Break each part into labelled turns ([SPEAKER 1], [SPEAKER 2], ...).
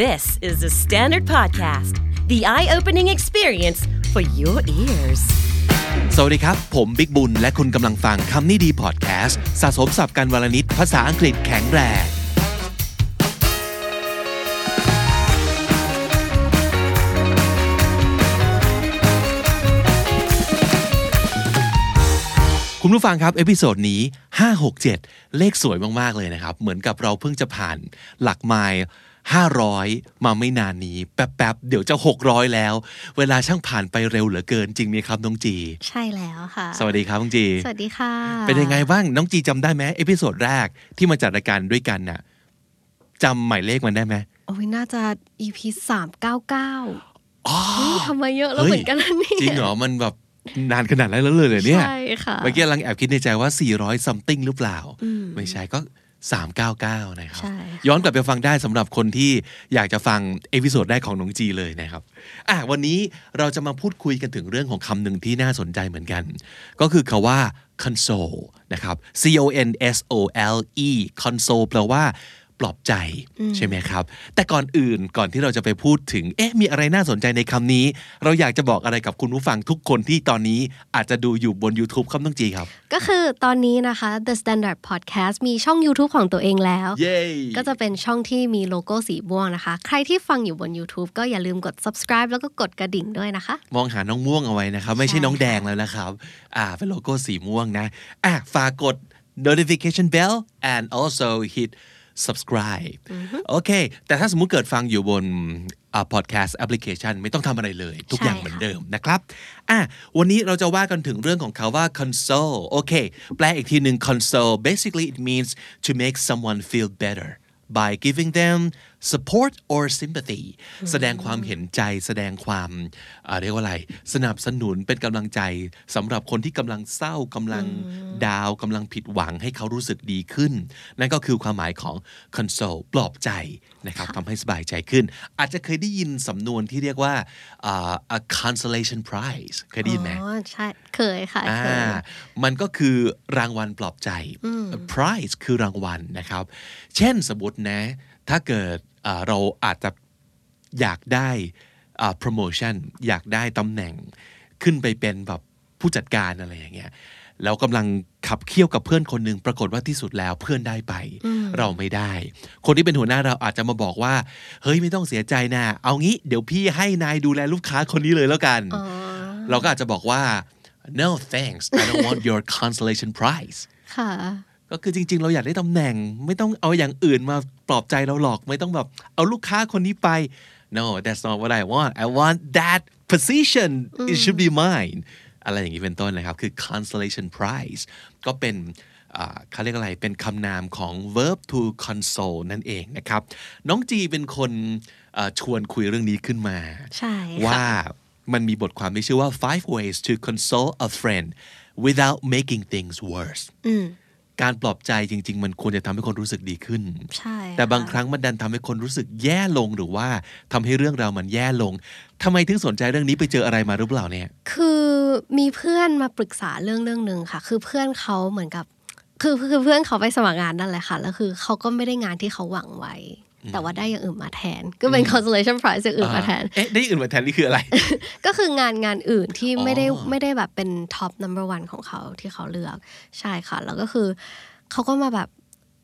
[SPEAKER 1] This is the Standard Podcast, the eye opening experience for your ears.
[SPEAKER 2] สวัสดีครับ ผมบิ๊กบุญ และคุณกำลังฟังคำนี้ดีพอดแคสต์สะสมสับการวลนิดภาษาอังกฤษแข็งแรง คุณผู้ฟังครับ เอพิโซดนี้ 567 เลขสวยมาก ๆ เลยนะครับ เหมือนกับเราเพิ่งจะผ่านหลักไมล์500 มาไม่นานนี้ แป๊บ ๆ เดี๋ยวจะ 600 แล้ว เวลาช่างผ่านไปเร็วเหลือเกินจริงไหมครับ น้องจี
[SPEAKER 3] ใช่แล้วค่ะ
[SPEAKER 2] สวัสดีครับน้องจี
[SPEAKER 3] สวัสดีค่ะ
[SPEAKER 2] เป็นยังไงบ้าง น้องจีจำได้ไหมเอพิโซดแรกที่มาจัดรายการด้วยกันน่ะจำหมายเลขมันได้ไหม
[SPEAKER 3] โอ้ยน่าจะ EP สามเก้าเก้า
[SPEAKER 2] อ๋อ
[SPEAKER 3] ทำมาเยอะแล้ว
[SPEAKER 2] เฮ้ย
[SPEAKER 3] เหมือนกันนะเนี่ย
[SPEAKER 2] จริงเหรอ มันแบบนานขนาดนั้นแล้วเลยเหรอเนี่ย
[SPEAKER 3] ใช่ค่ะ
[SPEAKER 2] เมื่อกี้กำลังแอบคิดในใจว่า 400 something หรือเปล่า ไม่ใช่ก็ 399 นะครับ
[SPEAKER 3] ใช่
[SPEAKER 2] ย้อนกลับไปฟังได้สำหรับคนที่อยากจะฟังเอพิโซดแรกของน้องจีเลยนะครับอ่ะวันนี้เราจะมาพูดคุยกันถึงเรื่องของคำหนึ่งที่น่าสนใจเหมือนกัน ก็คือคาว่า console นะครับ C O N S O L E console แปลว่า ปลอบใจ ใช่ไหมครับ แต่ก่อนอื่นก่อนที่เราจะไปพูดถึง เอ๊ะ มีอะไรน่าสนใจในคำนี้ เราอยากจะบอกอะไรกับคุณผู้ฟังทุกคนที่ตอนนี้อาจจะดูอยู่บน YouTube ครับน้องจีครับ
[SPEAKER 3] ก็คือตอนนี้นะคะ The Standard Podcast มีช่อง YouTube ของตัวเองแล้ว
[SPEAKER 2] เย้
[SPEAKER 3] ก็จะเป็นช่องที่มีโลโก้สีม่วงนะคะ ใครที่ฟังอยู่บน YouTube ก็อย่าลืมกด subscribe แล้วก็กดกระดิ่งด้วยนะคะ
[SPEAKER 2] มองหาน้องม่วงเอาไว้นะครับ ไม่ใช่
[SPEAKER 3] ใช่
[SPEAKER 2] น้องแดงแล้วนะครับ อ่า เป็นโลโก้สีม่วงนะ อ่ะฝากกด notification bell and also hit subscribe โอเค แต่ถ้าสมมุติเกิดฟังอยู่บนอ่า podcast application ไม่ต้องทำอะไรเลย ทุกอย่างเหมือนเดิมนะครับ อ่ะ วันนี้เราจะว่ากันถึงเรื่องของคาว่า console โอเค แปลอีกทีหนึ่ง console basically it means to make someone feel better by giving them support or sympathy แสดงความเห็นใจแสดงความเอ่อเรียกว่าอะไร สนับสนุนเป็นกำลังใจสำหรับคนที่กำลังเศร้ากำลังดาวกำลังผิดหวังให้เขารู้สึกดีขึ้น นั่นก็คือความหมายของ console ปลอบใจนะครับทำให้สบายใจขึ้น อาจจะเคยได้ยินสำนวนที่เรียกว่าอ่า a consolation prize เคยได้ยินไหม
[SPEAKER 3] อ๋อ ใช่ เคยค่ะ
[SPEAKER 2] อ่า
[SPEAKER 3] เคย
[SPEAKER 2] มันก็คือรางวัลปลอบใจ prize คือรางวัลนะครับ เช่นสมมตินะ ถ้าเกิดอ่าเราอาจจะอยากได้อ่า promotion อยากได้ตำแหน่ง ขึ้นไปเป็นแบบผู้จัดการอะไรอย่างเงี้ย แล้วกำลังขับเคี่ยวกับเพื่อนคนหนึ่งปรากฏว่าที่สุดแล้วเพื่อนได้ไป เราไม่ได้ คนที่เป็นหัวหน้าเราอาจจะมาบอกว่า เฮ้ยไม่ต้องเสียใจนะ เอางี้ เดี๋ยวพี่ให้นายดูแลลูกค้าคนนี้เลยแล้วกัน เราก็อาจจะบอกว่า no thanks I don't want your consolation prize
[SPEAKER 3] ค่ะ
[SPEAKER 2] ก็คือจริง ๆ เราอยากได้ตำแหน่ง ไม่ต้องเอาอย่างอื่นมาปลอบใจเราหรอก ไม่ต้องแบบเอาลูกค้าคนนี้ไป no that's not what I want I want that position it should be mine อะไรอย่างนี้เป็นต้นนะครับ คือ consolation prize ก็เป็นอ่าเขาเรียกอะไรเป็นคำนามของ verb to console นั่นเองนะครับ น้องจีเป็นคนเอ่อชวนคุยเรื่องนี้ขึ้นมา
[SPEAKER 3] ใช่ค่ะ
[SPEAKER 2] ว่ามันมีบทความที่ชื่อว่า five ways to console a friend without making things worse การปลอบใจจริง ๆ มันควรจะทำให้คนรู้สึกดีขึ้น
[SPEAKER 3] ใช่
[SPEAKER 2] แต่บาง
[SPEAKER 3] ะ
[SPEAKER 2] ครั้งมันดันทำให้คนรู้สึกแย่ลงหรือว่าทำให้เรื่องเราวมันแย่ลงทำไมถึงสนใจเรื่องนี้ไปเจออะไรมาหรือเปล่าเนี่ย
[SPEAKER 3] คือมีเพื่อนมาปรึกษาเรื่องเรื่องหนึ่งค่ะ คือเพื่อนเขาเหมือนกับ คือคือเพื่อนเขาไปสมัครงานนั่นแหละค่ะ แล้วคือเขาก็ไม่ได้งานที่เขาหวังไว้ แต่ว่าได้อย่างอื่นมาแทน ก็เป็น consolation prize อย่างอื่นมาแทน
[SPEAKER 2] เอ๊ะได้อื่นมาแทนนี่คืออะไร
[SPEAKER 3] ก็คืองานงานอื่นที่
[SPEAKER 2] อ๋อ
[SPEAKER 3] ไม่ได้ไม่ได้แบบเป็น top number one ของเขาที่เขาเลือกใช่ค่ะ แล้วก็คือเขาก็มาแบบ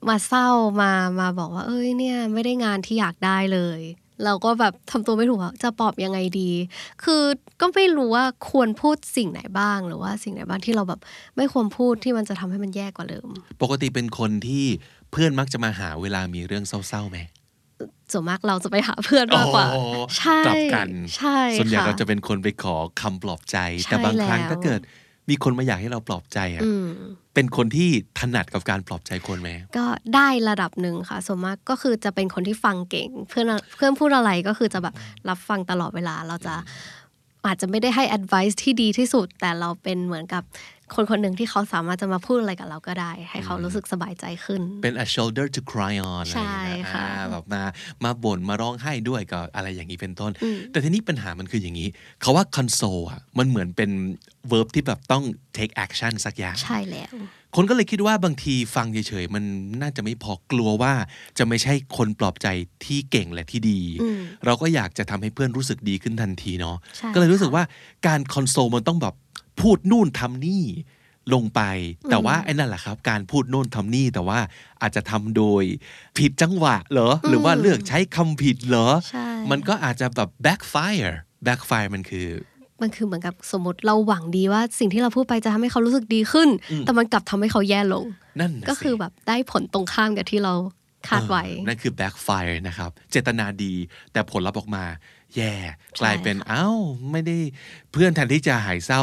[SPEAKER 3] มาเศร้ามามาบอกว่า เอ้ยเนี่ยไม่ได้งานที่อยากได้เลย เราก็แบบทำตัวไม่ถูกว่าจะปลอบยังไงดี คือก็ไม่รู้ว่าควรพูดสิ่งไหนบ้าง หรือว่าสิ่งไหนบ้างที่เราแบบไม่ควรพูดที่มันจะทำให้มันแย่กว่าเดิม
[SPEAKER 2] ปกติเป็นคนที่เพื่อนมักจะมาหาเวลามีเรื่องเศร้าๆไหม
[SPEAKER 3] ส่วนมากเราจะไปหาเพื่อนมากกว่า
[SPEAKER 2] อ๋อ
[SPEAKER 3] ใช่
[SPEAKER 2] กลับกัน
[SPEAKER 3] ใช่
[SPEAKER 2] ส่วนใหญ่
[SPEAKER 3] ค่
[SPEAKER 2] เราจะเป็นคนไปขอคำปลอบใจ
[SPEAKER 3] ใช่
[SPEAKER 2] แต่บางครั้ง
[SPEAKER 3] แล้ว
[SPEAKER 2] ถ้าเกิดมีคนมาอยากให้เราปลอบใจอ่ะ
[SPEAKER 3] อืม
[SPEAKER 2] เป็นคนที่ถนัดกับการปลอบใจคนไหม
[SPEAKER 3] ก็ได้ระดับหนึ่งค่ะส่วนมากก็คือจะเป็นคนที่ฟังเก่ง เพื่อนเพื่อนพูดอะไรก็คือจะแบบรับฟังตลอดเวลาเราจะอาจจะไม่ได้ให้ advice ที่ดีที่สุด แต่เราเป็นเหมือนกับคนคนหนึ่งที่เขาสามารถจะมาพูดอะไรกับเราก็ได้ ให้เขารู้สึกสบายใจขึ้น
[SPEAKER 2] เป็น a shoulder to cry on อะไรอย่างเงี้ย
[SPEAKER 3] ใช่ค่ะ
[SPEAKER 2] อ่าแบบมา มาบ่น มาร้องไห้ด้วยก็อะไรอย่างนี้เป็นต้น แต่ทีนี้ปัญหามันคืออย่างนี้ เขาว่า console อ่ะ มันเหมือนเป็น verb ที่แบบต้อง take action สักอย่าง
[SPEAKER 3] ใช่แล้ว
[SPEAKER 2] คนก็เลยคิดว่าบางทีฟังเฉยๆมันน่าจะไม่พอกลัวว่าจะไม่ใช่คนปลอบใจที่เก่งและที่ดี
[SPEAKER 3] อืม
[SPEAKER 2] เราก็อยากจะทำให้เพื่อนรู้สึกดีขึ้นทันทีเนาะ
[SPEAKER 3] ใช่
[SPEAKER 2] ก็เลยรู้สึกว่าการคอนโซลมันต้องแบบพูดนู่นทำนี่ลงไป แต่ว่าไอ้นั่นแหละครับ การพูดนู่นทำนี่แต่ว่าอาจจะทำโดยผิดจังหวะเหรอ หรือว่า
[SPEAKER 3] อืม
[SPEAKER 2] เลือกใช้คำผิดเหรอ
[SPEAKER 3] ใช่
[SPEAKER 2] มันก็อาจจะแบบ backfire backfire มันคือ
[SPEAKER 3] มันคือเหมือนกับสมมติเราหวังดีว่าสิ่งที่เราพูดไปจะทำให้เขารู้สึกดีขึ้น
[SPEAKER 2] อืม
[SPEAKER 3] แต่มันกลับทำให้เขาแย่ลง
[SPEAKER 2] นั่นน่ะ
[SPEAKER 3] ก็คือ
[SPEAKER 2] สิ
[SPEAKER 3] แบบได้ผลตรงข้ามกับที่เราคาดไว้
[SPEAKER 2] เออนั่นคือ backfire นะครับ เจตนาดี แต่ผลลัพธ์ออกมา แย่ กลายเป็น
[SPEAKER 3] ค่ะ
[SPEAKER 2] เอ้าไม่ได้เพื่อนแทนที่จะหายเศร้า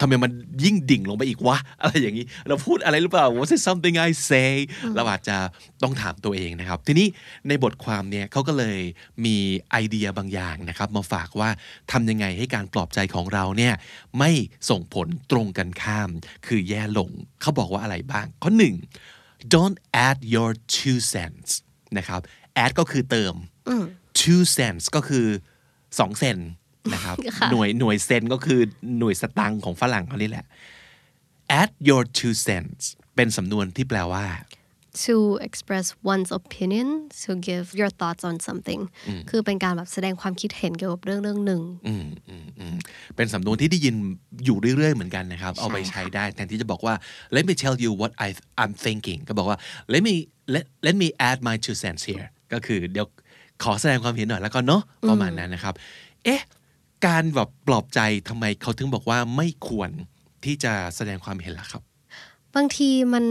[SPEAKER 2] ทำไมมันยิ่งดิ่งลงไปอีกวะ อะไรอย่างนี้ เราพูดอะไรหรือเปล่า was it something I say เราอาจจะต้องถามตัวเองนะครับ ทีนี้ในบทความเนี่ยเขาก็เลยมีไอเดียบางอย่างนะครับ มาฝากว่าทำยังไงให้การปลอบใจของเราเนี่ยไม่ส่งผลตรงกันข้าม คือแย่ลงเขาบอกว่าอะไรบ้างข้อหนึ่ง don't add your two cents นะครับ add ก็คือเติม
[SPEAKER 3] อืม
[SPEAKER 2] two cents ก็คือ 2 เซนนะครับ
[SPEAKER 3] ค่ะ
[SPEAKER 2] หน่วยหน่วยเซนก็คือหน่วยสตังค์ของฝรั่งเขานี่แหละ add your two cents เป็นสำนวนที่แปลว่า
[SPEAKER 3] to express one's opinion to give your thoughts on something คือเป็นการแบบแสดงความคิดเห็นเกี่ยวกับเรื่องเรื่องหนึ่ง
[SPEAKER 2] อืมอืมอืมเป็นสำนวนที่ได้ยินอยู่เรื่อยๆเหมือนกันนะครับ เอาไปใช้ได้แทนที่จะบอกว่า let me tell you what I I'm thinking ก็บอกว่า let me let let me add my two cents here ก็คือเดี๋ยวขอแสดงความเห็นหน่อยแล้วก็เนาะประมาณนั้นนะครับ เอ๊ะ การแบบปลอบใจทำไมเขาถึงบอกว่าไม่ควรที่จะแสดงความเห็นล่ะครับ
[SPEAKER 3] บางทีมัน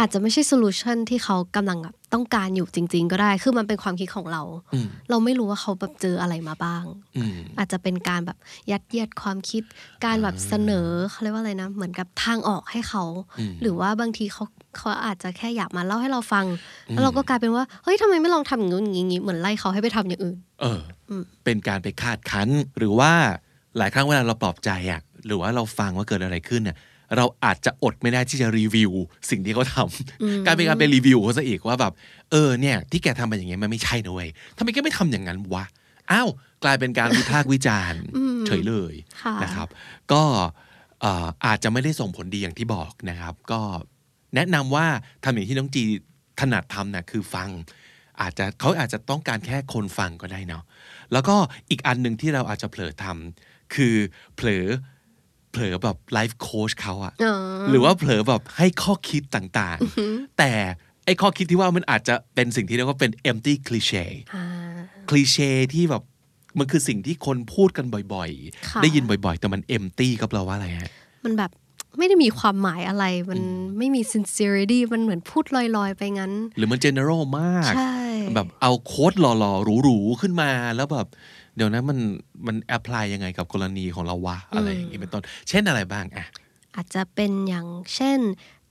[SPEAKER 3] อาจจะไม่ใช่โซลูชันที่เขากำลังแบบต้องการอยู่จริง ๆ ก็ได้ คือมันเป็นความคิดของเรา
[SPEAKER 2] อืม
[SPEAKER 3] เราไม่รู้ว่าเขาแบบเจออะไรมาบ้าง
[SPEAKER 2] อืม
[SPEAKER 3] อาจจะเป็นการแบบยัดเยียดความคิด การแบบเสนอเขาเรียกว่าอะไรนะ เหมือนกับทางออกให้เขา
[SPEAKER 2] อืม
[SPEAKER 3] หรือว่าบางทีเขาเขาอาจจะแค่อยากมาเล่าให้เราฟัง แล้วเราก็กลายเป็นว่า เฮ้ยทำไมไม่ลองทำอย่างนู้นอย่างนี้ เหมือนไล่เขาให้ไปทำอย่างอื่น
[SPEAKER 2] เอออ
[SPEAKER 3] ม
[SPEAKER 2] เป็นการไปคาดคั้นหรือว่าหลายครั้งเวลาเราปลอบใจอ่ะหรือว่าเราฟังว่าเกิดอะไรขึ้นเนี่ยเราอาจจะอดไม่ได้ที่จะรีวิว สิ่งที่เขาทำการเป็นการไปรีวิวเขาซะอีกว่าแบบเออเนี่ยที่แกทำไปอย่างเงี้ยมันไม่ใช่นะเว้ยทำไมแกไม่ทำอย่างนั้นวะอ้าวกลายเป็นการวิพากษ์วิจารณ์เฉยเลย
[SPEAKER 3] ค่ะ
[SPEAKER 2] นะครับ ก็เอ่ออาจจะไม่ได้ส่งผลดีอย่างที่บอกนะครับ ก็แนะนำว่าทำอย่างที่น้องจีถนัดทำน่ะคือฟัง อาจจะเขาอาจจะต้องการแค่คนฟังก็ได้เนาะแล้วก็อีกอันหนึ่งที่เราอาจจะเผลอทำคือเผลอเผลอแบบไลฟ์โค้ชเขาอะ
[SPEAKER 3] เออ
[SPEAKER 2] หรือว่าเผลอแบบให้ข้อคิดต่างๆ แต่ไอ้ข้อคิดที่ว่ามันอาจจะเป็นสิ่งที่เรียกว่าเป็น empty cliche
[SPEAKER 3] อ่า
[SPEAKER 2] คลีเช่ที่แบบมันคือสิ่งที่คนพูดกันบ่อย
[SPEAKER 3] ค่ะ
[SPEAKER 2] ๆ ได้ยินบ่อยๆ แต่มัน empty ก็แปลว่าอะไรฮะ
[SPEAKER 3] มันแบบไม่ได้มีความหมายอะไร มันไม่มี sincerity มันเหมือนพูดลอยๆ ไปงั้น
[SPEAKER 2] หรือมัน general มาก
[SPEAKER 3] ใช่
[SPEAKER 2] แบบเอาโค้ดหล่อๆ หรูๆ ขึ้นมาแล้วแบบ เดี๋ยวนะมันมัน apply ยังไงกับกรณีของเราวะ อะไรอย่างนี้เป็นต้น เช่นอะไรบ้างอะ
[SPEAKER 3] อาจจะเป็นอย่างเช่น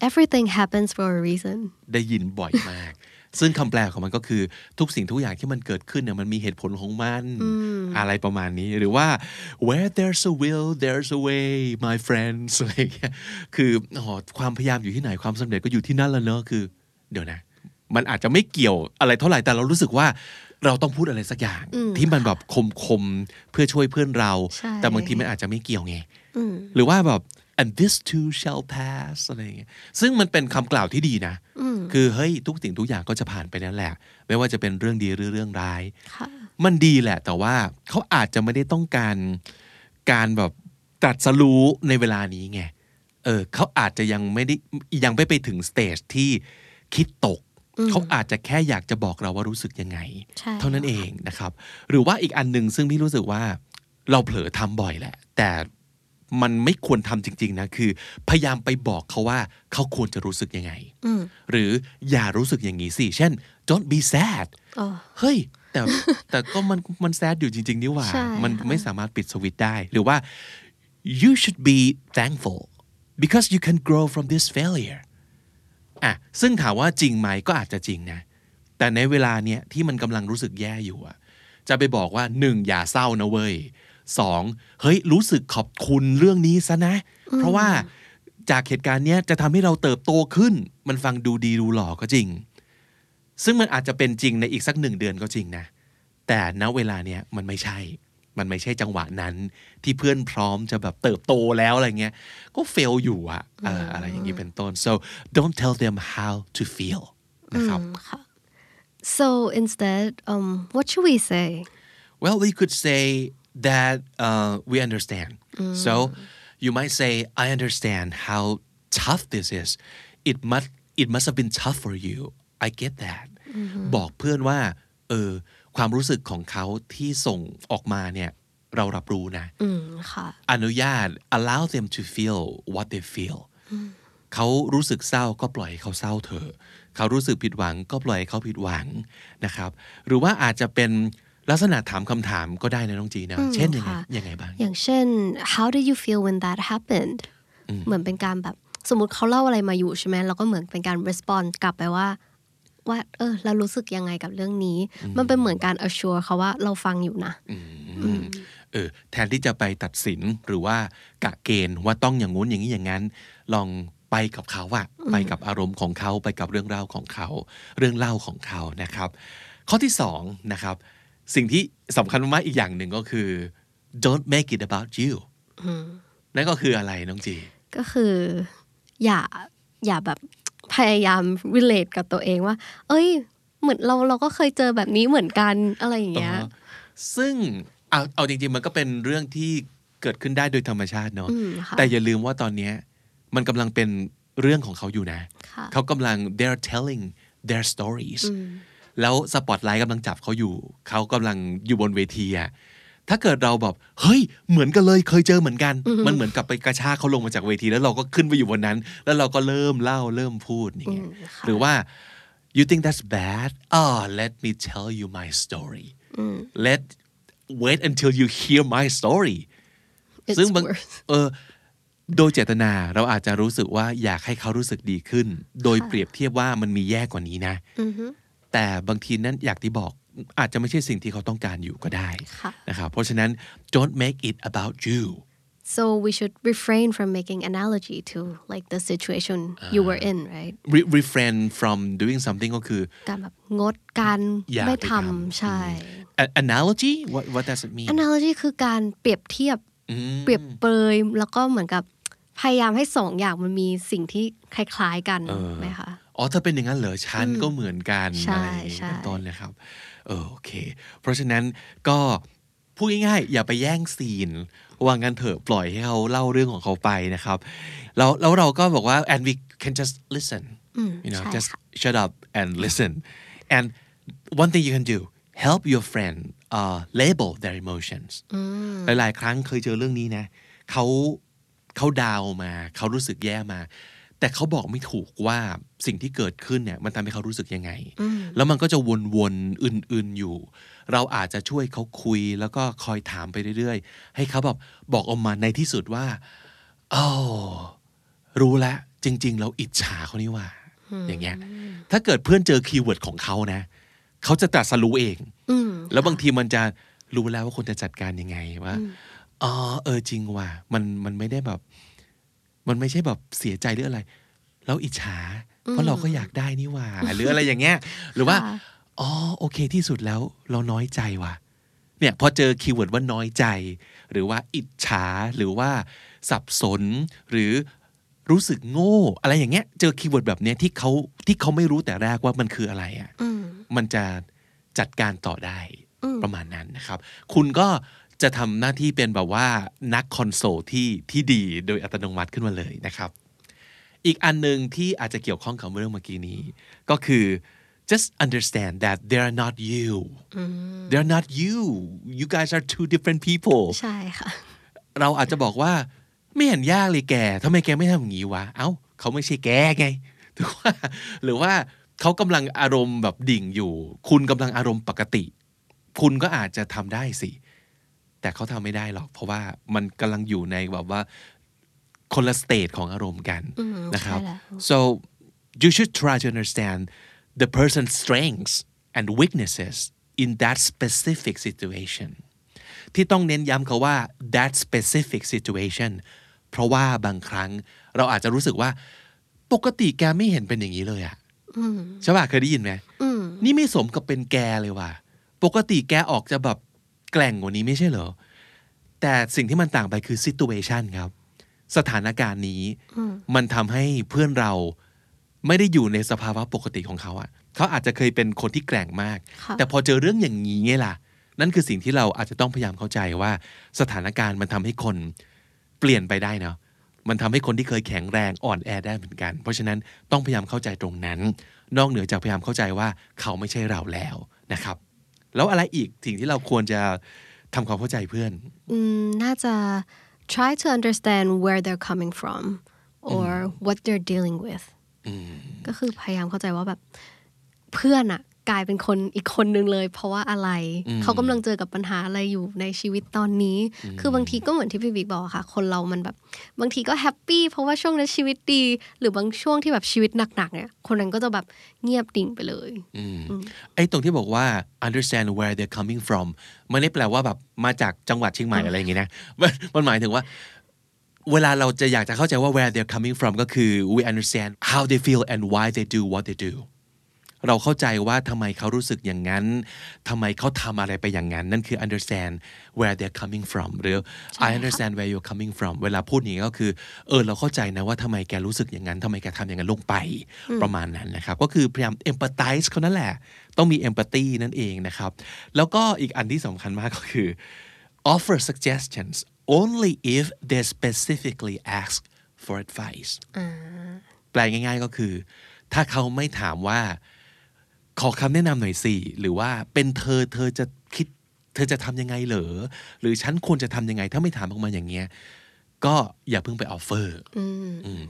[SPEAKER 3] everything happens for a reason
[SPEAKER 2] ได้ยินบ่อยมาก ซึ่งคำแปลของมันก็คือทุกสิ่งทุกอย่างที่มันเกิดขึ้นเนี่ยมันมีเหตุผลของมัน อะไรประมาณนี้หรือว่า where there's a will there's a way my friends อะไรอย่างเงี้ยคืออ๋อความพยายามอยู่ที่ไหนความสำเร็จก็อยู่ที่นั่นแล้วเนอะคือ เดี๋ยวนะ มันอาจจะไม่เกี่ยวอะไรเท่าไหร่แต่เรารู้สึกว่าเราต้องพูดอะไรสักอย่าง ที่มันแบบคมคมๆเพื่อช่วยเพื่อนเรา
[SPEAKER 3] ใช่
[SPEAKER 2] แต่บางทีมันอาจจะไม่เกี่ยวไง หรือว่าแบบ and this too shall pass อะไรอย่างเงี้ยซึ่งมันเป็นคำกล่าวที่ดีนะ คือเฮ้ยทุกสิ่งทุกอย่างก็จะผ่านไปนั่นแหละ ไม่ว่าจะเป็นเรื่องดีหรือเรื่องร้าย
[SPEAKER 3] ค่ะ
[SPEAKER 2] มันดีแหละ แต่ว่าเขาอาจจะไม่ได้ต้องการการแบบตรัสรู้ในเวลานี้ไงเออเขาอาจจะยังไม่ได้ยังไม่ไปถึงสเตจที่คิดตก เขาอาจจะแค่อยากจะบอกเราว่ารู้สึกยังไง
[SPEAKER 3] ใช่
[SPEAKER 2] เท่านั้นเองนะครับ หรือว่าอีกอันหนึ่งซึ่งพี่รู้สึกว่าเราเผลอทำบ่อยแหละ แต่มันไม่ควรทำจริง ๆ นะ คือ พยายามไปบอกเขาว่าเขาควรจะรู้สึกยังไง
[SPEAKER 3] อืม
[SPEAKER 2] หรืออย่ารู้สึกอย่างนี้สิ เช่น don't be sad
[SPEAKER 3] โอ้
[SPEAKER 2] เฮ้ย แต่ แต่ก็มันมันแซดอยู่จริง ๆ นี่หว่า
[SPEAKER 3] ใช่
[SPEAKER 2] มัน
[SPEAKER 3] ค่ะ
[SPEAKER 2] ไม่สามารถปิดสวิตช์ได้ หรือว่า you should be thankful because you can grow from this failure อ่ะซึ่งถามว่าจริงไหมก็อาจจะจริงนะ แต่ในเวลาเนี้ยที่มันกำลังรู้สึกแย่อยู่อะจะไปบอกว่าหนึ่งอย่าเศร้านะเว้ยสองเฮ้ย รู้สึกขอบคุณเรื่องนี้ซะนะ เพราะว่าจากเหตุการณ์เนี้ยจะทำให้เราเติบโตขึ้น มันฟังดูดีดูหล่อก็จริง ซึ่งมันอาจจะเป็นจริงในอีกสักหนึ่งเดือนก็จริงนะ แต่ณเวลาเนี้ยมันไม่ใช่ มันไม่ใช่จังหวะนั้น ที่เพื่อนพร้อมจะแบบเติบโตแล้วอะไรเงี้ยก็เฟลอยู่อะเอ่ออะไรอย่างนี้เป็นต้น so don't tell them how to feel นะครับ
[SPEAKER 3] อืมค่ะ so instead um what should we say
[SPEAKER 2] Well, we could say that uh, we understand. So you might say, I understand how tough this is. It must it must have been tough for you. I get that. บอกเพื่อนว่าเออความรู้สึกของเขาที่ส่งออกมาเนี่ยเรารับรู้นะ
[SPEAKER 3] อืมค่ะ
[SPEAKER 2] อนุญาต allow them to feel what they feel เขารู้สึกเศร้าก็ปล่อยให้เขาเศร้าเถอะ เขารู้สึกผิดหวังก็ปล่อยให้เขาผิดหวังนะครับ หรือว่าอาจจะเป็นลักษณะถามคำถามก็ได้นะน้องจีนะ เช่นยังไง
[SPEAKER 3] ค่ะ
[SPEAKER 2] ยังไงบ้าง
[SPEAKER 3] อย่างเช่น how did you feel when that happened เหมือนเป็นการแบบสมมติเขาเล่าอะไรมาอยู่ใช่ไหมเราก็เหมือนเป็นการ respond กลับไปว่า ว่าเออเรารู้สึกยังไงกับเรื่องนี้ มันเป็นเหมือนการ assure เขาว่าเราฟังอยู่นะ
[SPEAKER 2] อืมเออแทนที่จะไปตัดสินหรือว่ากะเกณฑ์ว่าต้องอย่างงู้นอย่างนี้อย่างนั้น ลองไปกับเขาอะไปกับอารมณ์ของเขาไปกับเรื่องเล่าวของเขา เรื่องเล่าของเขานะครับ ข้อที่สองนะครับ สิ่งที่สำคัญมากๆอีกอย่างหนึ่งก็คือ don't make it about you นั่นก็คืออะไรน้องจี
[SPEAKER 3] ก็คือ อย่าอย่าแบบพยายาม relate กับตัวเองว่า เอ้ย เหมือนเราเราก็เคยเจอแบบนี้เหมือนกันอะไรอย่างเงี้ย
[SPEAKER 2] อ๋อซึ่งเอาเอาจริงๆ มันก็เป็นเรื่องที่เกิดขึ้นได้โดยธรรมชาติเนาะ
[SPEAKER 3] อืมค่ะ
[SPEAKER 2] แต่อย่าลืมว่าตอนเนี้ยมันกำลังเป็นเรื่องของเขาอยู่นะ
[SPEAKER 3] ค่ะ
[SPEAKER 2] เขากำลัง they're telling their stories แล้วสปอตไลท์กำลังจับเขาอยู่ เขากำลังอยู่บนเวทีอะถ้าเกิดเราแบบเฮ้ย เหมือนกันเลยเคยเจอเหมือนกัน มันเหมือนกับไปกระชากเขาลงมาจากเวที แล้วเราก็ขึ้นไปอยู่บนนั้น แล้วเราก็เริ่มเล่าเริ่มพูดอย่างเงี้ย
[SPEAKER 3] อืมค่ะ
[SPEAKER 2] หรือว่า you think that's bad oh let me tell you my story let wait until you hear my story
[SPEAKER 3] It's
[SPEAKER 2] ซึ่งบาง
[SPEAKER 3] worse
[SPEAKER 2] เออโดยเจตนาเราอาจจะรู้สึกว่าอยากให้เขารู้สึกดีขึ้น โดยเปรียบเทียบว่ามันมีแย่กว่านี้นะ แต่บางทีนั้นอยากที่บอกอาจจะไม่ใช่สิ่งที่เขาต้องการอยู่ก็ได้
[SPEAKER 3] ค่ะ
[SPEAKER 2] นะครับเพราะฉะนั้น don't make it about you
[SPEAKER 3] so we should refrain from making analogy to like the situation you were in right
[SPEAKER 2] Re- refrain from doing something ก็คือ
[SPEAKER 3] การแบบงดการ
[SPEAKER 2] อย่า
[SPEAKER 3] ไม่
[SPEAKER 2] ไป
[SPEAKER 3] ท
[SPEAKER 2] ทำ
[SPEAKER 3] ำใช่
[SPEAKER 2] a- analogy what what does it mean
[SPEAKER 3] analogy คือการเปรียบเทียบ
[SPEAKER 2] อืม
[SPEAKER 3] เปรียบเปรยแล้วก็เหมือนกับพยายามให้สองอย่างมันมีสิ่งที่คล้าย ๆ กันไหมคะ
[SPEAKER 2] อ๋อถ้าเป็นอย่างนั้นเหรอฉันก็เหมือนกันอะ
[SPEAKER 3] ใช่
[SPEAKER 2] ไรอย่างนี้
[SPEAKER 3] ใช่
[SPEAKER 2] เป็นต้นเลยครับเออโอเค เพราะฉะนั้นก็พูดง่ายๆ อย่าไปแย่งซีนว่างั้นเถอะปล่อยให้เขาเล่าเรื่องของเขาไปนะครับแล้วแล้วเราก็บอกว่า and we can just listen you know
[SPEAKER 3] ใช่
[SPEAKER 2] just
[SPEAKER 3] ค่ะ
[SPEAKER 2] shut up and listen and one thing you can do help your friend uh, label their emotions หลายๆ ครั้งเคยเจอเรื่องนี้นะเขาเขาดาวน์มา เขารู้สึกแย่มา แต่เขาบอกไม่ถูกว่าสิ่งที่เกิดขึ้นเนี่ยมันทำให้เขารู้สึกยังไง แล้วมันก็จะวนๆอื่นๆอยู่ เราอาจจะช่วยเขาคุยแล้วก็คอยถามไปเรื่อยๆ ให้เขาแบบบอกออกมาในที่สุดว่าอ๋อ รู้แล้วจริง ๆ เราอิจฉาเขานี่หว่า อย่างเงี้ย ถ้าเกิดเพื่อนเจอคีย์เวิร์ดของเขานะ เขาจะตรัสรู้เอง
[SPEAKER 3] อืม
[SPEAKER 2] แล้วบางทีมันจะรู้แล้วว่าควรจะจัดการยังไงว่าอ๋อเออจริงว่ะมันมันไม่ได้แบบ มันไม่ใช่แบบเสียใจหรืออะไร เราอิจฉา เพราะเราก็อยากได้นี่หว่า หรืออะไรอย่างเงี้ย หรือว่า
[SPEAKER 3] ค่ะ
[SPEAKER 2] อ๋อโอเคที่สุดแล้วเราน้อยใจว่ะ เนี่ยพอเจอคีย์เวิร์ดว่าน้อยใจ หรือว่าอิจฉาหรือว่าสับสน หรือรู้สึกโง่ อะไรอย่างเงี้ย เจอคีย์เวิร์ดแบบเนี้ยที่เขาที่เขาไม่รู้แต่แรกว่ามันคืออะไรอ่ะ
[SPEAKER 3] อืม
[SPEAKER 2] มันจะจัดการต่อได้
[SPEAKER 3] อืม
[SPEAKER 2] ประมาณนั้นนะครับ คุณก็จะทำหน้าที่เป็นแบบว่านักคอนโซลที่ที่ดีโดยอัตโนมัติขึ้นมาเลยนะครับ อีกอันหนึ่งที่อาจจะเกี่ยวข้องกับเรื่องเมื่อกี้นี้ ก็คือ just understand that they're not you they're not you you guys are two different people
[SPEAKER 3] ใช่ค่ะ
[SPEAKER 2] เราอาจจะบอกว่าไม่เห็นยากเลยแกทำไมแกไม่ทำอย่างนี้วะ เอ้า เขาไม่ใช่แกไงหรือว่าหรือว่าเขากำลังอารมณ์แบบดิ่งอยู่ คุณกำลังอารมณ์ปกติ คุณก็อาจจะทำได้สิ แต่เขาทำไม่ได้หรอก เพราะว่ามันกำลังอยู่ในแบบว่าคนละสเตจของอารมณ์กัน
[SPEAKER 3] อืม
[SPEAKER 2] นะครับ
[SPEAKER 3] ใช่แล้ว
[SPEAKER 2] so you should try to understand the person's strengths and weaknesses in that specific situation ที่ต้องเน้นย้ำเขาว่า that specific situation เพราะว่าบางครั้งเราอาจจะรู้สึกว่า ปกติแกไม่เห็นเป็นอย่างนี้เลยอะใช่ป่ะเคยได้ยินไหม นี่ไม่สมกับเป็นแกเลยว่ะ ปกติแกออกจะแบบ แกล่งกว่านี้ไม่ใช่เหรอ แต่สิ่งที่มันต่างไปคือ situation ครับ สถานการณ์นี้มันทำให้เพื่อนเราไม่ได้อยู่ในสภาวะปกติของเขาอะเขาอาจจะเคยเป็นคนที่แกร่งมาก
[SPEAKER 3] ค่ะ
[SPEAKER 2] แต่พอเจอเรื่องอย่างนี้ไงล่ะ นั่นคือสิ่งที่เราอาจจะต้องพยายามเข้าใจว่า สถานการณ์มันทำให้คนเปลี่ยนไปได้เนาะ มันทำให้คนที่เคยแข็งแรงอ่อนแอได้เหมือนกัน เพราะฉะนั้นต้องพยายามเข้าใจตรงนั้น นอกเหนือจากพยายามเข้าใจว่าเขาไม่ใช่เราแล้วนะครับ แล้วอะไรอีกสิ่งที่เราควรจะทำความเข้าใจเพื่อน
[SPEAKER 3] อืมน่าจะ try to understand where they're coming from or what they're dealing with ก็คือพยายามเข้าใจว่าแบบเพื่อนอะกลายเป็นคนอีกคนนึงเลย เพราะว่าอะไร เขากำลังเจอกับปัญหาอะไรอยู่ในชีวิตตอนนี้ คือบางทีก็เหมือนที่พี่บิ๊กบอกอะค่ะ คนเรามันแบบ บางทีก็แฮปปี้เพราะว่าช่วงนั้นชีวิตดี หรือบางช่วงที่แบบชีวิตหนักๆเนี่ยคนนั้นก็จะแบบเงียบดิ่งไปเลย
[SPEAKER 2] อืมไอ้ตรงที่บอกว่า understand where they're coming from มันไม่ได้แปลว่าแบบมาจากจังหวัดเชียงใหม่อะไรอย่างงี้นะมันมันหมายถึงว่า เวลาเราจะอยากจะเข้าใจว่า where they're coming from ก็คือ we understand how they feel and why they do what they do เราเข้าใจว่าทำไมเขารู้สึกอย่างนั้นทำไมเขาทำอะไรไปอย่างนั้น นั่นคือ understand where they're coming from หรือ I understand where you're coming from เวลาพูดอย่างนี้ก็คือ เออ เราเข้าใจนะว่าทำไมแกรู้สึกอย่างนั้นทำไมแกทำอย่างนั้นลงไป ประมาณนั้นนะครับ ก็คือพยายาม empathize เขานั่นแหละ ต้องมี empathy นั่นเองนะครับ แล้วก็อีกอันที่สำคัญมากก็คือ offer suggestions only if they specifically ask for advice แปลง่ายๆก็คือ ถ้าเขาไม่ถามว่า ขอคำแนะนำหน่อยสิ หรือว่าเป็นเธอเธอจะคิด เธอจะทำยังไงเหรอ หรือฉันควรจะทำยังไง ถ้าไม่ถามออกมาอย่างเงี้ย ก็อย่าเพิ่งไปออฟเฟอร์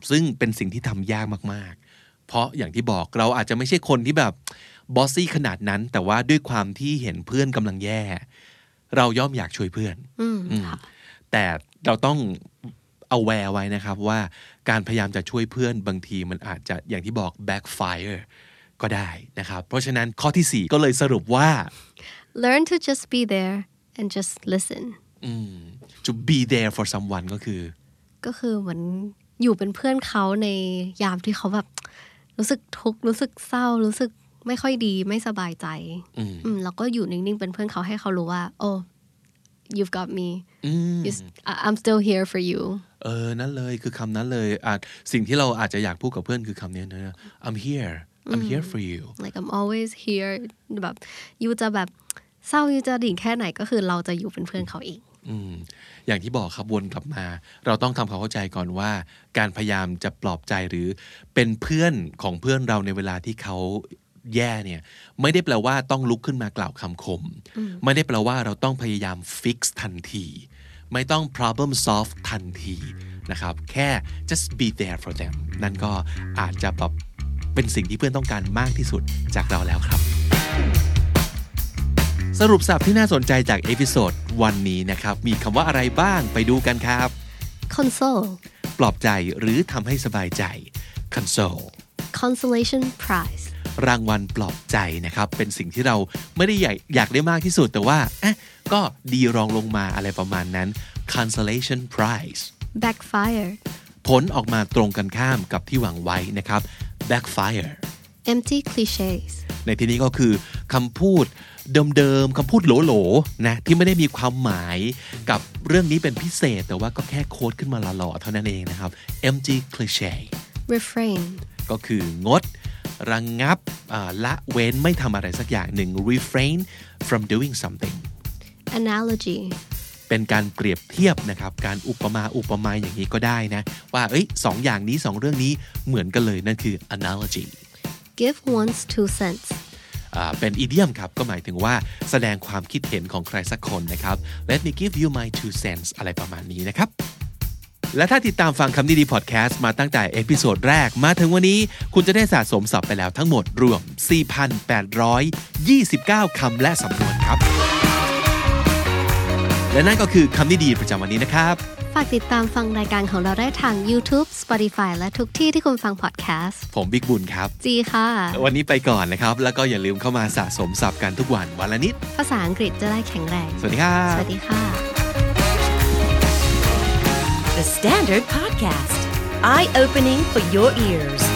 [SPEAKER 2] ซึ่งเป็นสิ่งที่ทำยากมาก ๆ เพราะอย่างที่บอกเราอาจจะไม่ใช่คนที่แบบบอสซี่ขนาดนั้น แต่ว่าด้วยความที่เห็นเพื่อนกำลังแย่ เราย่อมอยากช่วยเพื่อน
[SPEAKER 3] อืม
[SPEAKER 2] อืม
[SPEAKER 3] ค่ะ
[SPEAKER 2] แต่เราต้องเอาแวร์ไว้นะครับว่าการพยายามจะช่วยเพื่อนบางทีมันอาจจะอย่างที่บอก backfire ก็ได้นะครับ เพราะฉะนั้นข้อทีสี่ 4 ก็เลยสรุปว่า
[SPEAKER 3] learn to just be there and just listen
[SPEAKER 2] อืม to be there for someone ก็คือ
[SPEAKER 3] ก็คือเหมือนอยู่เป็นเพื่อนเขาในยามที่เขาแบบ รู้สึกทุกข์รู้สึกเศร้า รู้สึกไม่ค่อยดีไม่สบายใจ
[SPEAKER 2] อืม
[SPEAKER 3] อืมแล้วก็อยู่นิ่ง ๆ เป็นเพื่อนเขาให้เขารู้ว่า โอ้ you've got me
[SPEAKER 2] อืม
[SPEAKER 3] You s- I- I'm still here for you
[SPEAKER 2] เออ นั่นเลยคือคำนั้นเลยอาจสิ่งที่เราอาจจะอยากพูดกับเพื่อนคือคำนี้นะ I'm here I'm here for you
[SPEAKER 3] like I'm always here แบบ ยูจะแบบเศร้ายูจะดิ่งแค่ไหนก็คือเราจะอยู่เป็นเพื่อนเขาเอง
[SPEAKER 2] อืมอย่างที่บอกครับวนกลับมา เราต้องทำความเข้าใจก่อนว่า การพยายามจะปลอบใจหรือเป็นเพื่อนของเพื่อนเราในเวลาที่เขาแย่เนี่ย ไม่ได้แปลว่าต้องลุกขึ้นมากล่าวคำคม ไม่ได้แปลว่าเราต้องพยายาม fix ทันที ไม่ต้อง problem solve ทันทีนะครับ แค่ just be there for them นั่นก็อาจจะแบบเป็นสิ่งที่เพื่อนต้องการมากที่สุดจากเราแล้วครับ สรุปสับที่น่าสนใจจากเอพิโซดวันนี้นะครับ มีคำว่าอะไรบ้างไปดูกันครับ
[SPEAKER 3] console
[SPEAKER 2] ปลอบใจหรือทำให้สบายใจ console
[SPEAKER 3] consolation prize
[SPEAKER 2] รางวัลปลอบใจนะครับ เป็นสิ่งที่เราไม่ได้อยากอยากได้มากที่สุด แต่ว่าเอ๊ะก็ดีรองลงมาอะไรประมาณนั้น consolation prize
[SPEAKER 3] backfire
[SPEAKER 2] ผลออกมาตรงกันข้ามกับที่หวังไว้นะครับ backfire
[SPEAKER 3] empty cliches
[SPEAKER 2] ในที่นี้ก็คือคำพูดเดิมๆคำพูดโหลๆนะที่ไม่ได้มีความหมายกับเรื่องนี้เป็นพิเศษ แต่ว่าก็แค่โค้ดขึ้นมาหล่อๆเท่านั้นเองนะครับ empty cliche
[SPEAKER 3] refrain
[SPEAKER 2] ก็คืองด ระงงับอ่าละเว้นไม่ทำอะไรสักอย่างหนึ่ง refrain from doing something
[SPEAKER 3] analogy
[SPEAKER 2] เป็นการเปรียบเทียบนะครับ การอุปมาอุปไมยอย่างนี้ก็ได้นะ ว่าเอ้ยสองอย่างนี้สองเรื่องนี้เหมือนกันเลยนั่นคือ analogy
[SPEAKER 3] give one's two cents
[SPEAKER 2] อ่าเป็นอีเดียมครับ ก็หมายถึงว่าแสดงความคิดเห็นของใครสักคนนะครับ Let me give you my two cents อะไรประมาณนี้นะครับ และถ้าติดตามฟังคำนี้ดีพอดแคสต์มาตั้งแต่เอพิโซดแรกมาถึงวันนี้ คุณจะได้สะสมศัพท์ไปแล้วทั้งหมดรวม 4,829 คำและสำนวนครับ และนั่นก็คือคำนี้ดีประจำวันนี้นะครับ
[SPEAKER 3] ฝากติดตามฟังรายการของเราได้ทาง YouTube, Spotify และทุกที่ที่คุณฟังพอดแคสต์
[SPEAKER 2] ผมบิ๊กบุญครับ
[SPEAKER 3] จีค่ะ
[SPEAKER 2] วันนี้ไปก่อนนะครับ แล้วก็อย่าลืมเข้ามาสะสมศัพท์กันทุกวันวันละนิด
[SPEAKER 3] ภาษาอังกฤษจะได้แข็งแรง
[SPEAKER 2] สวัสดีครับ
[SPEAKER 3] สวัสดีค่ะ
[SPEAKER 1] The Standard Podcast, eye opening for your ears.